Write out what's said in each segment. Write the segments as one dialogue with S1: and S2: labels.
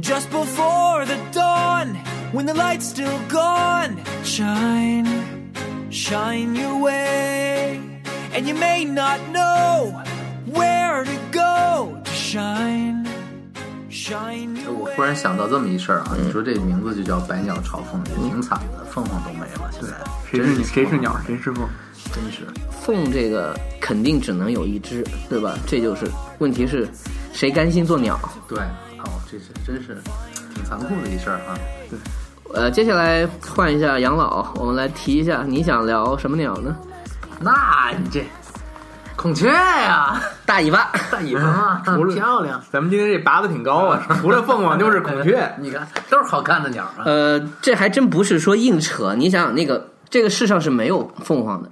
S1: just before the dawn, when the light's still gone. Shine, shine your way, and you may not know where to go. To shine, shine
S2: 就
S1: your
S2: 我
S1: way.
S2: 忽然想到这么一事儿啊，
S3: 嗯
S2: 你说这名字就叫百鸟朝凤，也挺惨的，凤凤都没了，现在
S3: 谁
S2: 真
S3: 是谁是
S2: 凤
S3: 鸟，谁是凤？
S2: 真是
S4: 凤这个肯定只能有一只，对吧？这就是问题是，谁甘心做鸟？
S2: 对哦，这是真是挺残酷的一事儿啊。
S4: 呃，接下来换一下养老，我们来提一下，你想聊什么鸟呢？
S2: 那你这孔雀呀、
S4: 大尾巴，
S2: 大尾巴嘛，
S3: 除
S2: 啊
S3: 了
S2: 漂亮，。
S3: 咱们今天这拔的挺高啊，除了凤凰就是孔雀
S2: 你看都是好看的鸟啊。
S4: 呃，这还真不是说硬扯。你想想，那个这个世上是没有凤凰的，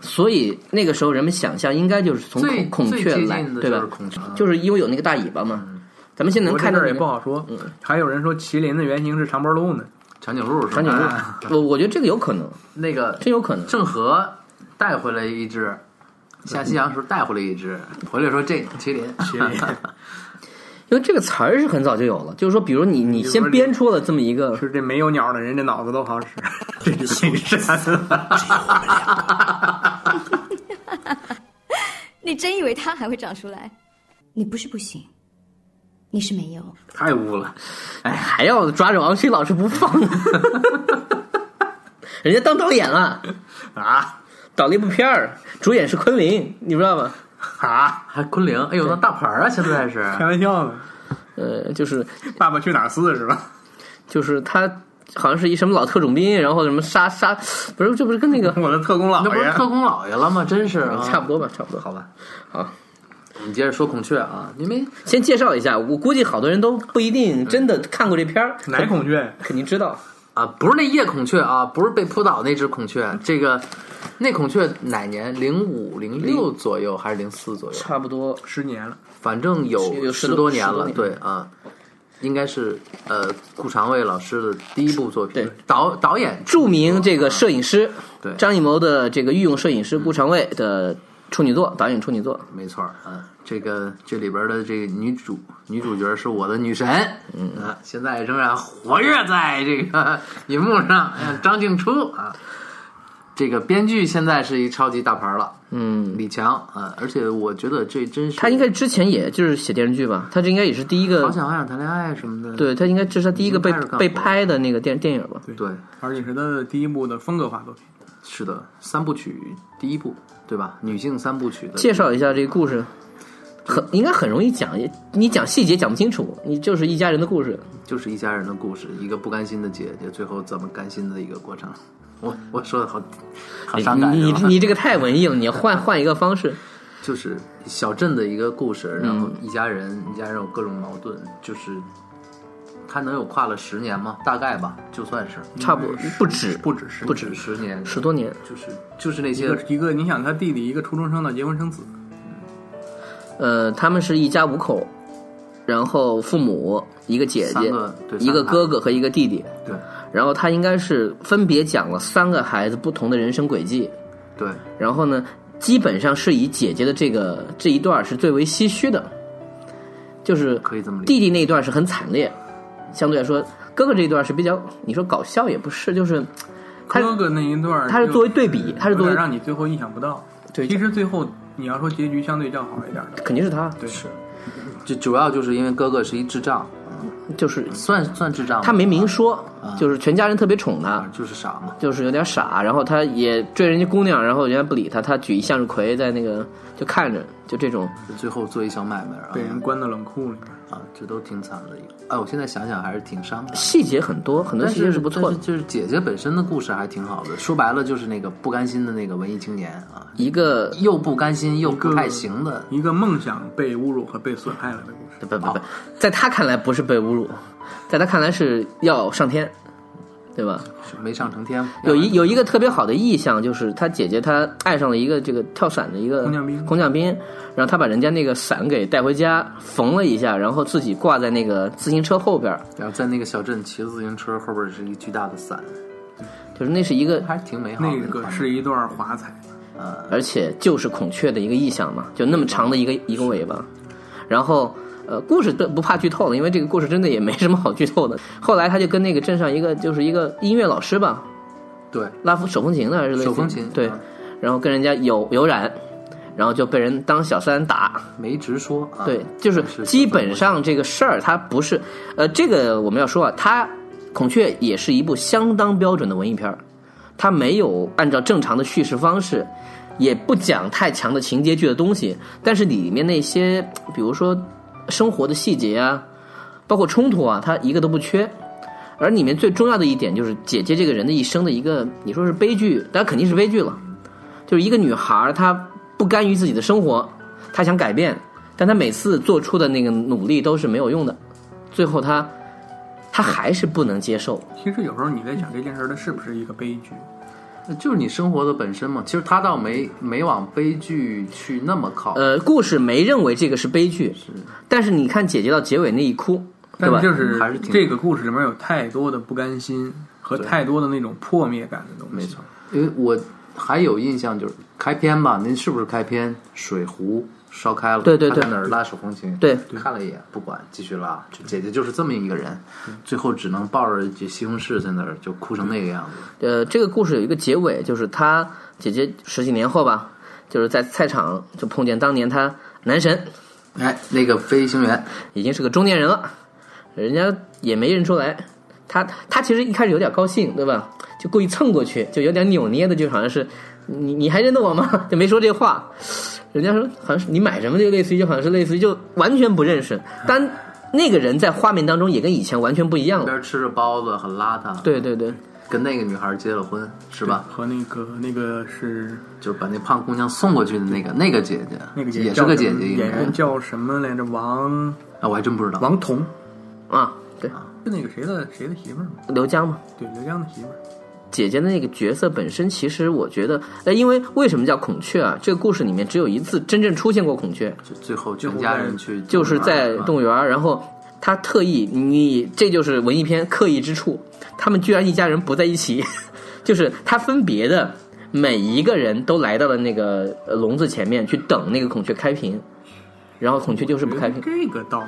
S4: 所以那个时候人们想象应该就是从
S2: 最
S4: 孔孔
S2: 最
S4: 雀
S2: 接
S4: 来
S2: 近，的
S4: 对
S2: 就
S4: 吧
S2: 是？孔雀，
S4: 就是因为有那个大尾巴嘛。咱们现在
S3: 我
S4: 能看
S3: 这事
S4: 到嗯
S3: 儿也
S4: 里面
S3: 不好说，还有人说麒麟的原型是长脖鹿呢。
S2: 长颈鹿是吧，
S4: 长颈鹿
S2: 哎，
S4: 我我觉得这个有可能，
S2: 那个
S4: 真有可能。
S2: 郑和带回来一只，下西洋时候带回来一只，回来说这麒麟，麒 麟
S4: 因为这个词儿是很早就有了，就是说，比如你你先编出了这么一个，
S3: 就是这没有鸟的人，这脑子都好使，这是姓山。
S5: 你真以为它还会长出来？你不是不行，你是没有。
S3: 太污了，
S4: 哎还要抓着王迅老师不放， 人家当导演了，
S3: 啊
S4: 导了一部片儿，主演是昆凌，你知道吗？
S3: 啊！
S2: 还昆凌，哎呦，那大牌儿啊，现在 是
S3: 开玩笑 呢，
S4: 呃，就是
S3: 《爸爸去哪儿四》是吧？
S4: 就是他好像是一什么老特种兵，然后什么杀杀，不是这不是跟那个
S3: 我的特工老
S2: 那不是
S3: 爷，
S2: 特工老爷了吗？真是啊，
S4: 差不 多吧，差不多。
S2: 好吧。
S4: 好，
S2: 我们接着说孔雀啊，因为
S4: 先介绍一下，我估计好多人都不一定
S2: 嗯
S4: 真的看过这片儿，
S3: 哪孔雀？
S4: 肯定知道。
S2: 啊，不是那夜孔雀啊，不是被扑倒那只孔雀，这个那孔雀哪年？零五零六左右还是零四左右？
S4: 差不多，
S3: 十年了，
S2: 反正
S4: 有有
S2: 有
S4: 十
S2: 十
S4: 多
S2: 年
S4: 十多
S2: 了，
S4: 年
S2: 对啊，应该是呃顾长卫老师的第一部作品
S4: 对，
S2: 导导演
S4: 著名这个摄影师，
S2: 对嗯
S4: 张艺谋的这个御用摄影师顾长卫的处女作，导演处女作，
S2: 没错儿啊，这个这里边的这个女主女主角是我的女神，嗯啊，现在仍然活跃在这个 银幕上，哎呀张静初啊，这个编剧现在是一超级大牌了，
S4: 嗯，
S2: 李强啊，而且我觉得这真是
S4: 他应该之前也就是写电视剧吧，他这应该也是第一
S2: 好
S4: 个，
S2: 想好想谈恋爱什么的，
S4: 对他应该这是他第一个被
S2: 已经开始干活
S4: 被拍的那个电电影吧，
S2: 对，
S3: 而且是他的第一部的风格化作品。
S2: 是的，三部曲第一部对吧？女性三部曲的
S4: 介绍一下这个故事，很应该很容易讲，也你讲细节讲不清楚，你就是一家人的故事。
S2: 就是一家人的故事，一个不甘心的姐姐最后怎么甘心的一个过程。我我说的好好
S4: 你
S2: 啊伤感
S4: 哎你
S2: 是吧嗯
S4: 你这个太文艺了，你换换一个方式。
S2: 就是小镇的一个故
S4: 嗯
S2: 事，然后一家人、一家人有各种矛盾，就是他能有跨了十年吗？大概吧，就算是
S4: 差不多不止
S3: 不止十年
S4: 不止
S2: 十年，
S4: 十多年，
S2: 就是就是那
S3: 一
S2: 些
S3: 个一个，你想他弟弟一个初中生到结婚生子，
S4: 呃，他们是一家五口，然后父母一个姐
S2: 三
S4: 姐
S2: 个对，
S4: 一
S2: 三
S4: 个
S2: 个
S4: 哥哥和一个弟弟，
S2: 对
S4: 然后他应该是分别讲了三个孩子不同的人生轨迹，
S2: 对
S4: 然后呢，基本上是以姐姐的这个这一段是最为唏嘘的，就是
S2: 可以这么理解
S4: 弟弟那一段是很惨烈，相对来说，哥哥这一段是比较，你说搞笑也不是，就是他
S3: 哥哥那一段儿
S4: 他是
S3: 就
S4: 作为对比，他是
S3: 有
S4: 作
S3: 点
S4: 为
S3: 让你最后意想不到。
S4: 对
S3: 其实最后你要说结局相对较好一点的，
S4: 肯定是他，
S3: 对，是
S2: 就主要就是因为哥哥是一智障，
S4: 就是
S2: 算算智障吗，
S4: 他没明说，就是全家人特别宠他，
S2: 啊，就是傻嘛，
S4: 就是有点傻，然后他也追人家姑娘，然后人家不理他，他举一向日葵在那个就看着，就这种
S2: 就最后做一小买卖，然后
S3: 被人关到冷库里面。
S2: 啊，这都挺惨的一个。哎，我现在想想还是挺伤感的。
S4: 细节很多，很多
S2: 但
S4: 细节
S2: 是
S4: 是不错
S2: 但
S4: 的
S2: 是。就是姐姐本身的故事还挺好的。说白了就是那个不甘心的那个文艺青年啊，
S4: 一个
S2: 又不甘心又不
S4: 嗯
S2: 太行的，
S3: 一个梦想被侮辱和被损害了的故事。
S4: 不不不，在他看来不是被侮辱，在他看来是要上天，对吧？
S2: 没上成天。
S4: 有一有一个特别好的意象，就是他姐姐她爱上了一个这个跳伞的一个
S3: 空降兵
S4: 空降兵，然后他把人家那个伞给带回家缝了一下，然后自己挂在那个自行车后边儿，
S2: 然后在那个小镇骑自行车，后边是一巨大的伞，
S4: 就是那是一个
S2: 还是挺美好的
S3: 那
S2: 画面。
S3: 个是一段华彩，
S2: 嗯
S4: 而且就是孔雀的一个意象嘛，就那么长的一个一个尾巴，然后呃，故事都不怕剧透了，因为这个故事真的也没什么好剧透的。后来他就跟那个镇上一个就是一个音乐老师吧，
S2: 对，
S4: 拉夫手风琴的还是类似于
S2: 手风琴
S4: 对
S2: 嗯，
S4: 然后跟人家有有染，然后就被人当小三打，
S2: 没直说啊。
S4: 对，就是
S2: 是
S4: 基本上这个事儿，它不是，呃，这个我们要说啊，它《孔雀》也是一部相当标准的文艺片儿，它没有按照正常的叙事方式，也不讲太强的情节剧的东西，但是里面那些，比如说生活的细节啊，包括冲突啊，它一个都不缺。而里面最重要的一点就是姐姐这个人的一生的一个，你说是悲剧，但肯定是悲剧了。就是一个女孩儿，她不甘于自己的生活，她想改变，但她每次做出的那个努力都是没有用的，最后她她还是不能接受。
S3: 其实有时候你在想这件事儿，它是不是一个悲剧？
S2: 就是你生活的本身嘛。其实他倒没没往悲剧去那么靠。
S4: 呃，故事没认为这个是悲剧，但是你看姐姐到结尾那一哭，对
S3: 但
S4: 吧？
S3: 是就是
S2: 还是挺
S3: 这个故事里面有太多的不甘心和太多的那种破灭感的东西。
S2: 没错，因为我还有印象就是开篇吧，您是不是开篇水壶烧开了？
S4: 对对对
S2: 他在哪儿拉手风琴？
S4: 对
S2: 看了一眼，不管，继续拉。就姐姐就是这么一个人，
S4: 嗯
S2: 最后只能抱着这西红柿在那儿就哭成那个样子。
S4: 呃，这个故事有一个结尾，就是她姐姐十几年后吧，就是在菜场就碰见当年她男神，
S2: 哎，那个飞行员，
S4: 已经是个中年人了，人家也没认出来。他他其实一开始有点高兴，对吧？就故意蹭过去，就有点扭捏的，就好像是你你还认得我吗？ 就没说这话。人家说好像是你买什么，就类似于就好像是类似于就完全不认识。但那个人在画面当中也跟以前完全不一样
S2: 一
S4: 了。
S2: 边吃着包子，很邋遢，，
S4: 对对对，
S2: 跟那个女孩结了婚，是吧？
S3: 和那个那个是
S2: 就是把那胖姑娘送过去的那个那个姐姐，
S3: 那个姐
S2: 也
S3: 姐
S2: 是
S3: 叫
S2: 个
S3: 什
S2: 姐
S3: 么
S2: 姐，应
S3: 演员
S2: 该。
S3: 叫什么来着？王
S2: 啊，我还真不知道。
S3: 王彤
S4: 啊，对，
S3: 是那个谁的谁的媳妇儿吗？
S4: 刘江嘛，
S3: 对，刘江的媳妇儿。
S4: 姐姐的那个角色本身，其实我觉得，呃，因为为什么叫孔雀啊？这个故事里面只有一次真正出现过孔雀，
S2: 就最后全家人去，
S4: 就是在动
S2: 物
S4: 物园儿，然后他特意，你这就是文艺片刻意之处，他们居然一家人不在一起， 就是他分别的每一个人都来到了那个呃笼子前面去等那个孔雀开屏，然后孔雀就是不开屏，
S3: 这个倒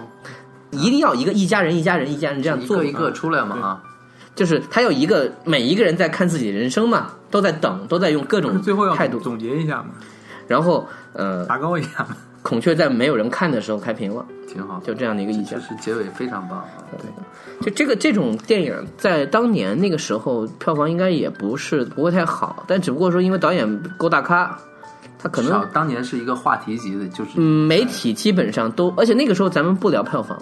S4: 一定要一个一家人一家人一家人这样
S2: 啊一
S4: 做
S2: 个，一个出来嘛啊，
S4: 就是他有一个每一个人在看自己的人生嘛，都在等，都在用各
S3: 不是
S4: 种
S3: 最后要
S4: 态度，
S3: 总结一下嘛，
S4: 然后呃，
S3: 拔高一下嘛。
S4: 孔雀在没有人看的时候开屏了，
S2: 挺好。
S4: 就这样的一个意
S2: 就
S4: 见。
S2: 是结尾非常棒啊。对，
S4: 就这个这种电影，在当年那个时候票房应该也不是不会太好，但只不过说因为导演够大咖，他可
S2: 至少
S4: 能
S2: 当年是一个话题级的，就是
S4: 嗯媒体基本上都，而且那个时候咱们不聊票房，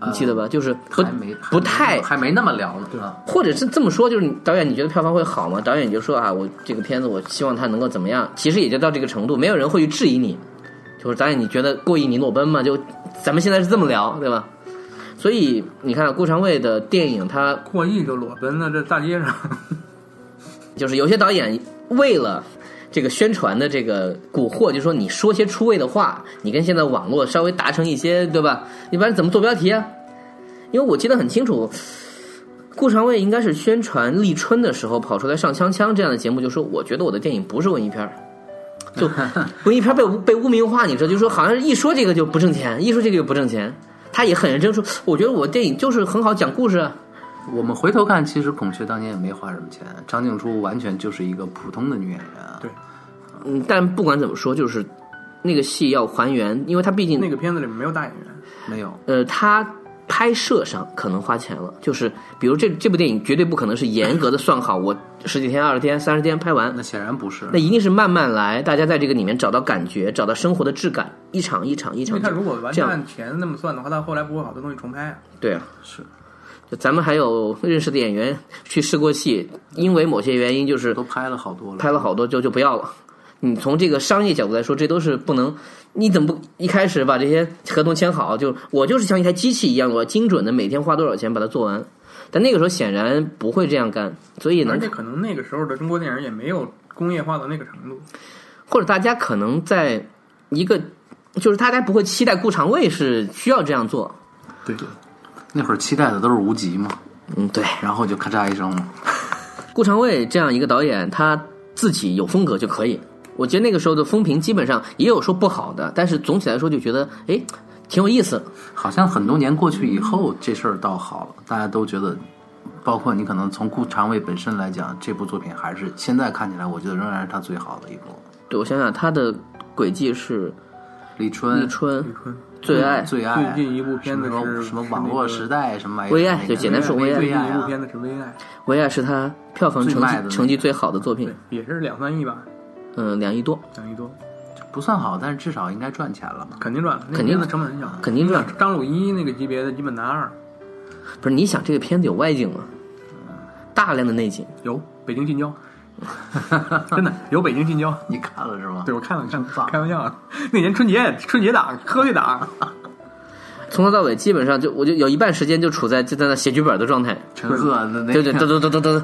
S2: 呃
S4: 你记得吧？就是不
S2: 还没
S4: 不太
S2: 还没那么聊呢。啊
S4: 或者是这么说，就是你导演，你觉得票房会好吗？导演就说啊，我这个片子我希望它能够怎么样，其实也就到这个程度，没有人会去质疑你。就是导演，你觉得过亿你裸奔吗？就咱们现在是这么聊，对吧？所以你看顾长卫的电影，他
S3: 过亿就裸奔了，这大街上
S4: 就是有些导演为了这个宣传的这个蛊惑，就说你说些出位的话，你跟现在网络稍微达成一些，对吧？你不然怎么做标题啊？因为我记得很清楚，顾长卫应该是宣传立春的时候跑出来上《锵锵》这样的节目，就说我觉得我的电影不是文艺片儿。就文艺片儿被污被污名化，你知道，就说好像一说这个就不挣钱，一说这个就不挣钱。他也很认真说，我觉得我电影就是很好讲故事啊。
S2: 我们回头看，其实孔雀当年也没花什么钱，张静初完全就是一个普通的女演员啊。
S3: 对
S4: 嗯，但不管怎么说，就是那个戏要还原，因为它毕竟
S3: 那个片子里面没有大演员，
S2: 没有
S4: 呃，他拍摄上可能花钱了，就是比如这这部电影绝对不可能是严格的算好，我十几天、二十天、三十天拍完
S2: 那，显然不是
S4: 那。一定是慢慢来，大家在这个里面找到感觉，找到生活的质感，一场一场一
S3: 因为
S4: 场
S3: 他如果完
S4: 这
S3: 全
S4: 样
S3: 按钱那么算的话，他后来不会好多东西重拍啊。
S4: 对啊，
S2: 是
S4: 就咱们还有认识的演员去试过戏，因为某些原因就是
S2: 都拍了好多了，
S4: 拍了好多就就不要了。你从这个商业角度来说，这都是不能。你怎么不一开始把这些合同签好？就我就是像一台机器一样，我要精准的每天花多少钱把它做完。但那个时候显然不会这样干，所以呢
S3: 而且，可能那个时候的中国电影也没有工业化到那个程度。
S4: 或者大家可能在一个，就是大家不会期待顾长卫是需要这样做。
S3: 对，
S2: 那会儿期待的都是无极嘛，
S4: 嗯，对。
S2: 然后就咔嚓一声嘛。
S4: 顾长卫这样一个导演，他自己有风格就可以。我觉得那个时候的风评基本上也有说不好的，但是总体来说就觉得，哎，挺有意思。
S2: 好像很多年过去以后，这事儿倒好了，大家都觉得，包括你可能从顾长卫本身来讲，这部作品还是现在看起来，我觉得仍然是他最好的一部。
S4: 对我想想，他的轨迹是
S2: 立春，
S4: 立春、
S3: 春
S4: 最爱、
S2: 嗯最爱，啊
S3: 最近一部片子
S2: 什么
S3: 是
S2: 什么
S3: 是
S2: 网
S3: 那
S2: 络
S3: 个
S2: 时代什么玩意儿
S4: 微爱
S2: 那个
S4: 就简单说微爱
S3: 最
S2: 微
S3: 近
S2: 爱
S3: 一部
S2: 啊
S3: 片子是《微爱
S4: 唯爱是他票房成
S2: 最卖的那
S4: 绩
S2: 个
S4: 成绩最好的作》，品
S3: 对，，也是两三亿吧，
S4: 嗯，两亿多，
S3: 两亿多，
S2: 不算好，但是至少应该赚钱了嘛。
S3: 肯定赚了。那
S4: 肯定
S3: 片子成本很小，啊
S4: 肯定
S2: 嗯
S4: 赚。
S3: 张鲁一那个级别的基本拿二，
S4: 不是你想这个片子有外景吗？大量的内景，
S3: 有北京近郊， 真的有北京近郊。
S2: 你看了是吗？
S3: 对，我看了看
S2: 棒，
S3: 开玩笑啊，那年春节春节档贺岁档，
S4: 从头到尾基本上就我就有一半时间就处在就在那写剧本的状态，
S2: 陈赫的那
S4: 对
S2: 个嗯
S4: 对，噔噔噔噔噔。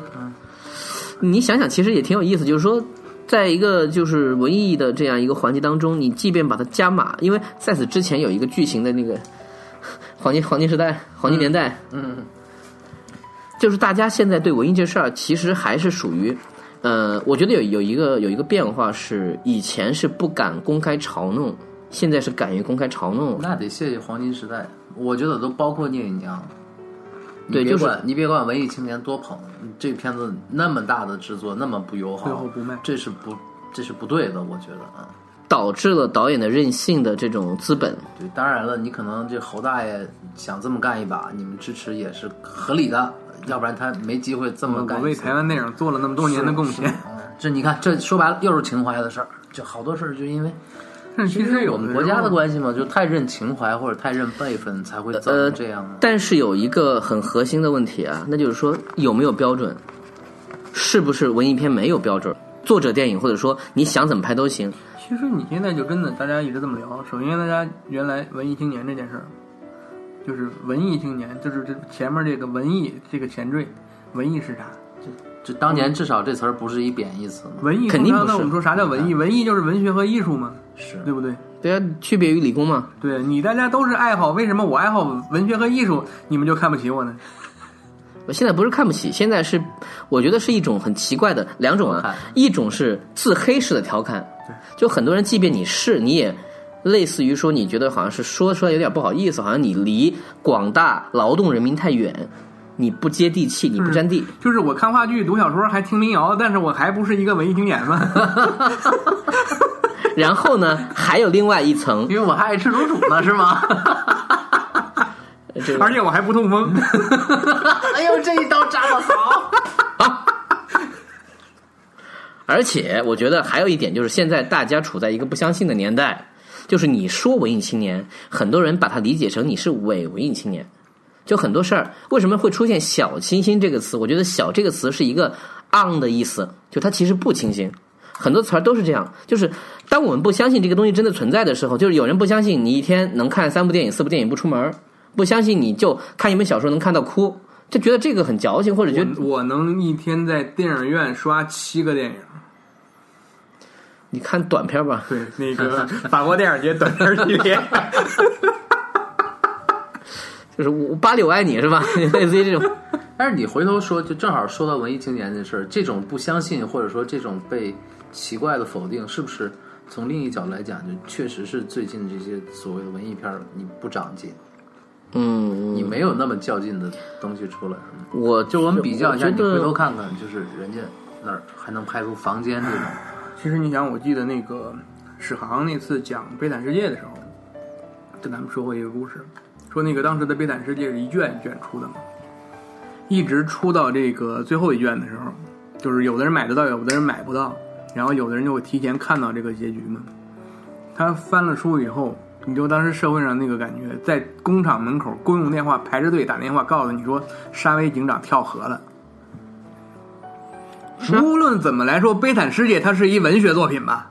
S4: 你想想，其实也挺有意思，就是说，在一个就是文艺的这样一个环节当中，你即便把它加码，因为在此之前有一个巨型的那个 黄金 黄金时代、黄金年代，嗯，就是大家现在对文艺这事儿，其实还是属于。呃，我觉得有有一个有一个变化是，以前是不敢公开嘲弄，现在是敢于公开嘲弄。
S2: 那得谢谢黄金时代，我觉得都包括聂隐娘。你
S4: 对
S2: 别
S4: 就是
S2: 管你别管文艺青年多捧这片子那么大的制作那么不友好，
S3: 最后不卖
S2: 这是不这是不对的，我觉得啊。
S4: 导致了导演的任性的这种资本，
S2: 对，当然了，你可能这侯大爷想这么干一把，你们支持也是合理的，要不然他没机会这么
S3: 我
S2: 干一次。
S3: 为台湾电影做了那么多年的贡献。
S2: 嗯这你看，这说白了又是情怀的事儿，这好多事儿就因为
S3: 但是其实有
S2: 我们
S3: 的
S2: 国
S3: 时候
S2: 家的关系嘛，就太认情怀或者太认辈分才会造
S4: 呃
S2: 成这样嘛。
S4: 但是有一个很核心的问题啊，那就是说有没有标准？是不是文艺片没有标准？作者电影或者说你想怎么拍都行，
S3: 其实你现在就真的，大家一直这么聊。首先，大家原来文艺青年这件事儿，就是文艺青年，就是这前面这个文艺这个前缀，文艺是啥？
S2: 这当年至少这词儿不是一贬义词嘛，
S3: 文艺
S4: 肯定
S3: 通
S4: 不是嗯
S3: 常那我们说啥叫文艺？文艺就是文学和艺术嘛，
S2: 是
S3: 对不对？
S4: 对啊，区别于理工嘛。
S3: 对你大家都是爱好，为什么我爱好文学和艺术，你们就看不起我呢？
S4: 我现在不是看不起，现在是我觉得是一种很奇怪的两种
S2: 调
S4: 啊
S2: 侃，
S4: 一种是自黑式的调侃，就很多人即便你是你也。类似于说，你觉得好像是说出来有点不好意思，好像你离广大劳动人民太远，你不接地气，
S2: 嗯
S4: 你不沾地。
S3: 就是我看话剧、读小说，还听民谣，但是我还不是一个文艺青年 嘛。
S4: 然后呢，还有另外一层，
S2: 因为我还爱吃卤煮呢，是吗？
S4: 这个
S3: 而且我还不 痛风。
S2: 哎呦，这一刀扎的好！
S4: 而且我觉得还有一点就是，现在大家处在一个不相信的年代，就是你说文艺青年，很多人把它理解成你是伪文艺青年。就很多事儿，为什么会出现“小清新”这个词？我觉得“小”这个词是一个 “on” 的意思，就它其实不清新。很多词儿都是这样，就是当我们不相信这个东西真的存在的时候，就是有人不相信你一天能看三部电影、四部电影不出门儿，不相信你就看一本小说能看到哭，就觉得这个很矫情，或者觉得
S3: 我我能一天在电影院刷七个电影。
S4: 你看短片吧。
S3: 对， 那个法国电影节短片系列，
S4: 就是我巴黎我爱你是吧？类似于这种，
S2: 但是你回头说，就正好说到文艺青年这事儿，这种不相信或者说这种被奇怪的否定，是不是从另一角度来讲，就确实是最近这些所谓的文艺片儿你不长进，
S4: 嗯，
S2: 你没有那么较劲的东西出来？
S4: 我
S2: 就我们比较一下，
S4: 嗯我
S2: 你
S4: 觉得
S2: 回头看看，就是人家那儿还能拍出《房间》 这种，
S3: 其实你想，我记得那个史航那次讲《悲惨世界》的时候，跟咱们说过一个故事，说那个当时的《悲惨世界》是一卷一卷出的嘛，一直出到这个最后一卷的时候，就是有的人买得到，有的人买不到，然后有的人就会提前看到这个结局嘛。他翻了书以后，你就当时社会上那个感觉，在工厂门口公用电话排着队打电话告诉你说沙威警长跳河了。无论怎么来说，《悲惨世界》它是一文学作品吧？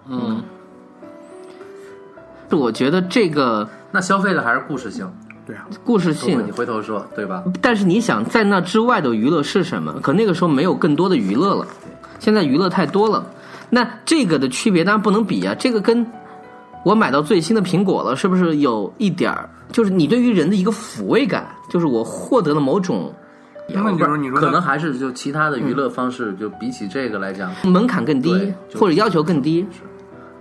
S4: 我觉得这个
S2: 那消费的还是故事性。
S3: 对啊，
S4: 故事
S2: 如果你
S4: 性，
S2: 回头说，对吧？
S4: 但是你想在那之外的娱乐是什么？可那个时候没有更多的娱乐了，现在娱乐太多了。那这个的区别当然不能比啊，这个跟我买到最新的苹果了，是不是有一点儿？就是你对于人的一个抚慰感，就是我获得了某种
S3: 那就是你说它
S2: 可能还是就其
S4: 嗯
S2: 他的娱乐方式，就比起这个来讲，
S4: 门槛更低
S2: 对，就是
S4: 或者要求更低。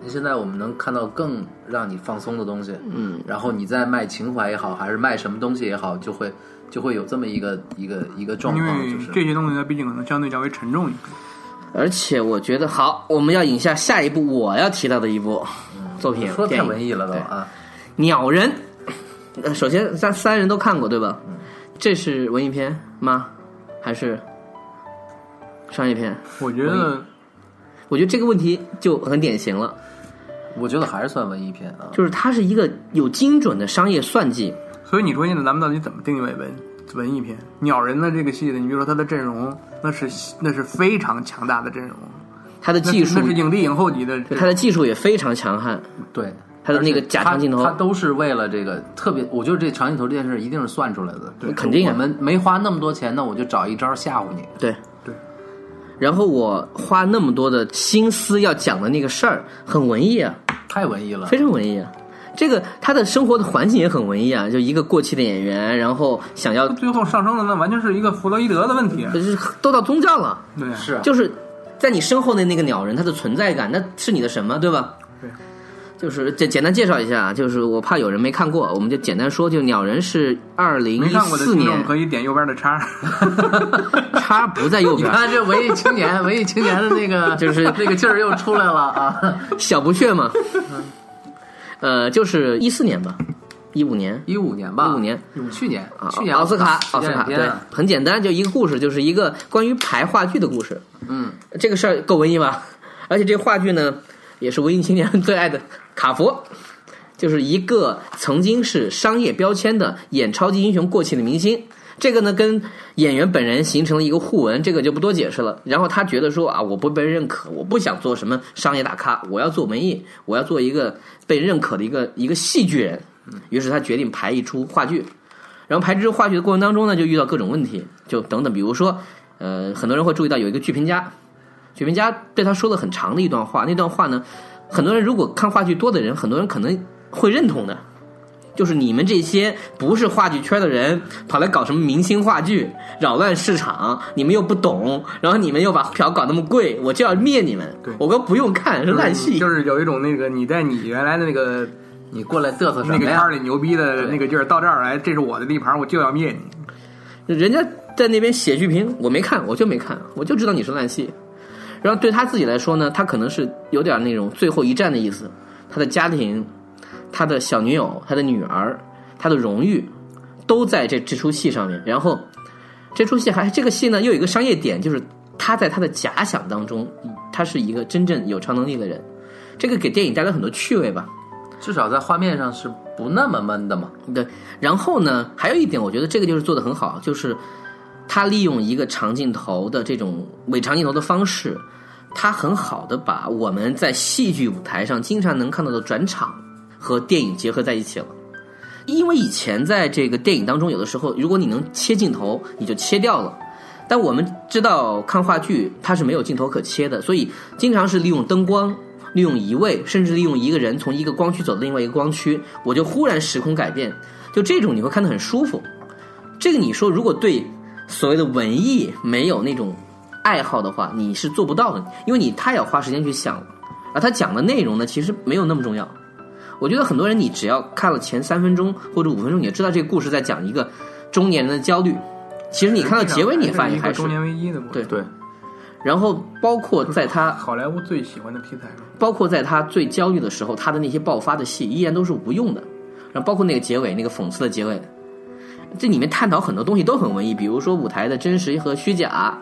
S2: 那现在我们能看到更让你放松的东西，嗯，然后你再卖情怀也好，还是卖什么东西也好，就会就会有这么一个一个一个状
S3: 因
S2: 况，
S3: 为
S2: 就是
S3: 这些东西它毕竟可能相对较为沉重一些。
S4: 而且我觉得好，我们要引下下一部我要提到的一部
S3: 嗯
S4: 作品，
S2: 说
S4: 电
S2: 太
S4: 影
S2: 文艺了都
S4: 对
S2: 啊，
S4: 鸟人。呃首先，咱三人都看过对吧？
S3: 嗯
S4: 这是文艺片吗？还是商业片？
S3: 我觉得
S4: 我觉得这个问题就很典型了，
S2: 我觉得还是算文艺片啊。
S4: 就是它是一个有精准的商业算计。
S3: 所以你说现在咱们到底怎么定义为文文艺片？鸟人的这个系列，你比如说他的阵容，那是那是非常强大的阵容，
S4: 它的
S3: 那
S4: 技术
S3: 是那，是影帝影后级的阵
S4: 它的技术也非常强悍。
S2: 对，
S4: 他的那个
S2: 而且
S4: 假长镜头
S2: 他他都是为了这个特别，我觉得这长镜头这件事一定是算出来的，对
S4: 肯定啊
S2: 我们没花那么多钱，那我就找一招吓唬你。
S4: 对
S3: 对。
S4: 然后我花那么多的心思要讲的那个事儿，很文艺啊，
S2: 太文艺了，
S4: 非常文艺啊。这个他的生活的环境也很文艺啊，就一个过气的演员，然后想要
S3: 那最后上升的那完全是一个弗洛伊德的问题，
S4: 不是都到宗教了，
S3: 对，
S2: 是啊，
S4: 就是在你身后的那个鸟人，他的存在感，那是你的什么，对吧？
S3: 对。
S4: 就是简简单介绍一下，啊就是我怕有人没看过，我们就简单说，就鸟人是二零
S3: 没
S4: 一
S3: 看过的
S4: 四
S3: 听众
S4: 年，
S3: 可以点右边的叉。
S4: 叉不在 右
S2: 你
S4: 边，
S2: 看这文艺青年，文艺青年的那个
S4: 就是
S2: 那个劲儿又出来了啊！
S4: 小不屑 嘛。呃，就是一四年吧，一五年，
S2: 一五年吧，
S4: 15年，
S2: 去年
S4: 啊，
S2: 去年
S4: 奥斯卡，
S2: 奥
S4: 奥
S2: 斯
S4: 斯卡，
S2: 电影
S4: 对
S2: 片啊，
S4: 很简单，就一个故事，就是一个关于排话剧的故事。
S2: 嗯，
S4: 这个事儿够文艺吧？ 而且这话剧呢，也是文艺青年最爱的卡佛，就是一个曾经是商业标签的演超级英雄过气的明星。这个呢，跟演员本人形成了一个互文，这个就不多解释了。然后他觉得说啊，我不被认可，我不想做什么商业大咖，我要做文艺，我要做一个被认可的一个一个戏剧人。于是他决定排一出话剧，然后排这出话剧的过程当中呢，就遇到各种问题，就等等，比如说，呃，很多人会注意到有一个剧评家，剧评家对他说了很长的一段话，那段话呢，很多人如果看话剧多的人，很多人可能会认同的，就是你们这些不是话剧圈的人跑来搞什么明星话剧，扰乱市场，你们又不懂，然后你们又把票搞那么贵，我就要灭你们
S3: 对，
S4: 我哥不用看是 烂戏，
S3: 就是有一种那个你在你原来的那个
S2: 你过来嘚瑟
S3: 那
S2: 什么
S3: 个圈
S2: 呀
S3: 儿？里牛逼的那个劲儿到这儿来，这是我的地盘，我就要灭你。
S4: 人家在那边写剧评，我没看，我就没看，我就知道你是烂戏。然后对他自己来说呢，他可能是有点那种最后一战的意思，他的家庭、他的小女友、他的女儿、他的荣誉，都在这这出戏上面。然后这出戏还这个戏呢，又有一个商业点，就是他在他的假想当中，他是一个真正有超能力的人，这个给电影带来很多趣味吧。
S2: 至少在画面上是不那么闷的嘛。
S4: 对，然后呢，还有一点，我觉得这个就是做的很好，就是他利用一个长镜头的这种伪长镜头的方式，他很好的把我们在戏剧舞台上经常能看到的转场和电影结合在一起了。因为以前在这个电影当中，有的时候如果你能切镜头，你就切掉了。但我们知道看话剧它是没有镜头可切的，所以经常是利用灯光、利用移位，甚至利用一个人从一个光区走到另外一个光区，我就忽然时空改变，就这种你会看得很舒服。这个你说如果对所谓的文艺没有那种爱好的话，你是做不到的，因为你太要花时间去想了，而他讲的内容呢，其实没有那么重要。我觉得很多人你只要看了前三分钟或者五分钟，你就知道这个故事在讲一个中年人的焦虑。其实你看到结尾，你发现
S3: 一个
S4: 还是
S3: 中年危机的故事
S4: 对
S2: 对，
S4: 然后包括在他
S3: 好莱坞最喜欢的题材嘛。
S4: 包括在他最焦虑的时候，他的那些爆发的戏依然都是无用的。然后包括那个结尾，那个讽刺的结尾，这里面探讨很多东西都很文艺，比如说舞台的真实和虚假，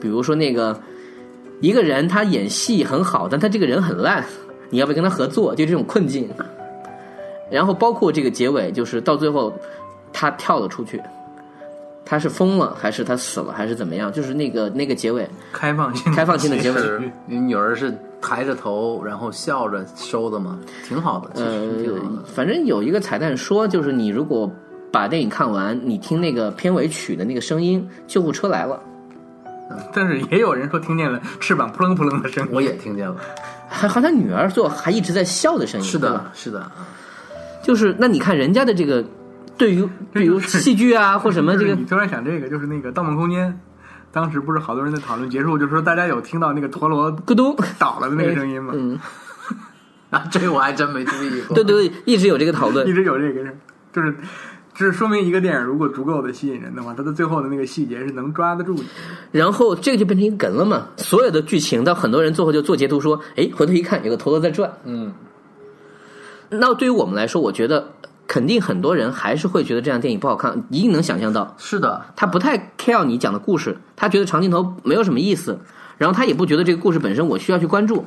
S4: 比如说那个一个人他演戏很好，但他这个人很烂，你要不要跟他合作？就这种困境。然后包括这个结尾，就是到最后他跳了出去，他是疯了还是他死了还是怎么样？就是那个那个结尾，
S3: 开放性，
S4: 开放性的结尾
S2: 是你女儿是抬着头，然后笑着收的嘛，挺好的，其实挺好
S4: 呃
S2: 的。，
S4: 反正有一个彩蛋说，就是你如果把电影看完，你听那个片尾曲的那个声音，救护车来了，
S3: 但是也有人说听见了翅膀扑棱扑棱的声音。
S2: 我也听见了，
S4: 还还他女儿做还一直在笑的声音，
S2: 是
S4: 对吧
S2: 的，是的，啊
S4: 就是那你看人家的这个， 对于
S3: 这就是
S4: 比如戏剧啊或什么这
S3: 就是
S4: 个
S3: 你，突然想这个，就是那个《盗梦空间》，当时不是好 多人在讨论结束，就说大家有听到那个陀螺
S4: 咕咚，
S3: 倒了的那个声音吗？
S4: 嗯，
S2: 啊，这我还真没注意过。
S4: 对对对，一直有这个讨
S3: 一
S4: 论。
S3: 直有这个事儿，就是就是说明一个电影如果足够的吸引人的话，它的最后的那个细节是能抓得住你。
S4: 然后这个就变成一个梗了嘛，所有的剧情到很多人最后就做截图说，哎，回头一看有个头头在转。
S2: 嗯，
S4: 那对于我们来说，我觉得肯定很多人还是会觉得这样电影不好看，一定能想象到。
S2: 是的，
S4: 他不太 care 你讲的故事，他觉得长镜头没有什么意思，然后他也不觉得这个故事本身我需要去关注，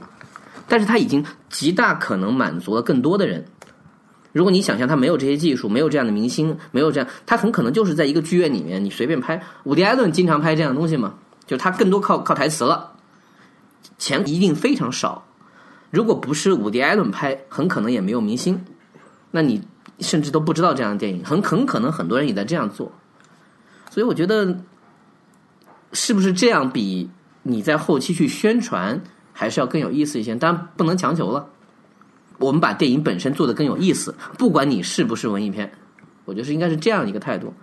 S4: 但是他已经极大可能满足了更多的人。如果你想象他没有这些技术，没有这样的明星，没有这样，他很可能就是在一个剧院里面，你随便拍。伍迪·艾伦经常拍这样的东西嘛，就是他更多靠靠台词了，钱一定非常少。如果不是伍迪·艾伦拍，很可能也没有明星。那你甚至都不知道这样的电影，很很可能很多人也在这样做。所以我觉得，是不是这样比你在后期去宣传还是要更有意思一些？当然不能强求了。我们把电影本身做得更有意思，不管你是不是文艺片，我觉得是应该是这样一个态度。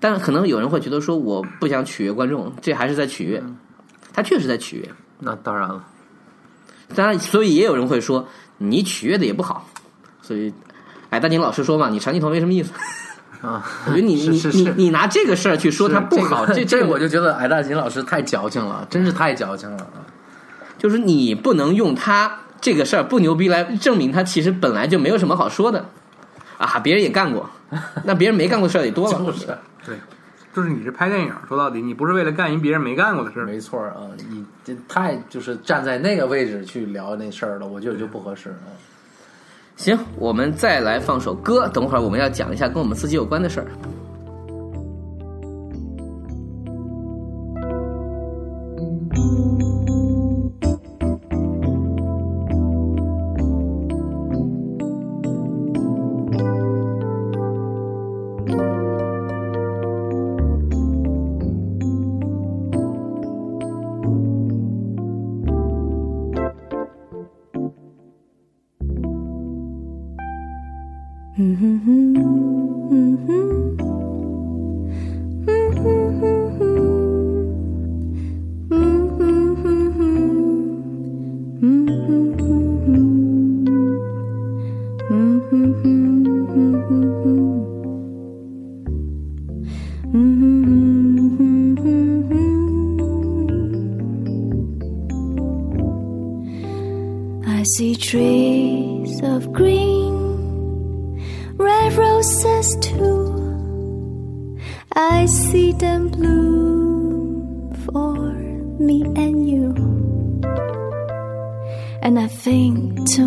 S4: 但可能有人会觉得说，我不想取悦观众，这还是在取悦，他确实在取悦。
S2: 那当然了，
S4: 当然，所以也有人会说，你取悦的也不好。所以，哎，丹宁老师说嘛，你长镜头没什么意思。
S2: 啊，
S4: 我觉得你
S2: 是
S4: 你
S2: 是
S4: 你
S2: 是
S4: 你拿这个事儿去说它不
S2: 这
S4: 好，
S2: 个
S4: 这
S2: 这
S4: 个
S2: 我就觉得矮大琴老师太矫情了，真是太矫情了啊。
S4: 就是你不能用他这个事儿不牛逼来证明他其实本来就没有什么好说的啊，别人也干 过，那别人没干过的事儿也多了。
S2: 就是，
S3: 对，就是你是拍电影，说到底，你不是为了干一别人没干过的事儿。
S2: 没错儿啊，你这太就是站在那个位置去聊那事儿了，我觉得就不合适啊。
S4: 行，我们再来放首歌，等会儿我们要讲一下跟我们自己有关的事儿。
S6: I see trees of green, red roses too. I see them bloom for me and you. And I think to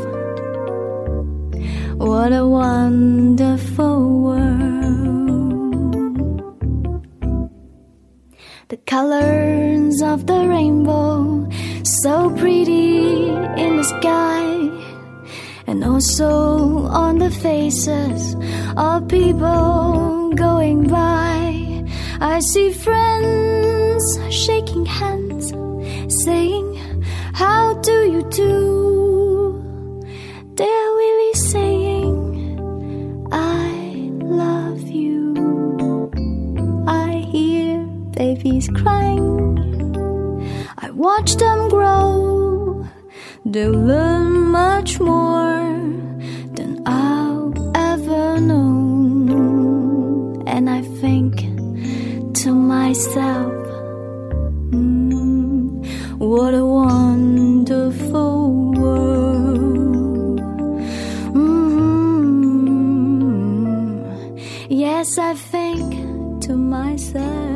S6: what a wonderful world. The colors of the rainbow, so pretty in the sky and also on the faces of people going by. I see friends shaking hands, saying, How do you do? They're really saying, I love you. I hear babies crying, I watch them grow. They learn much more than I'll ever know. And I think to myself, "Mm, what a wonderful world. Mm-hmm. Mm. Yes, I think to myself.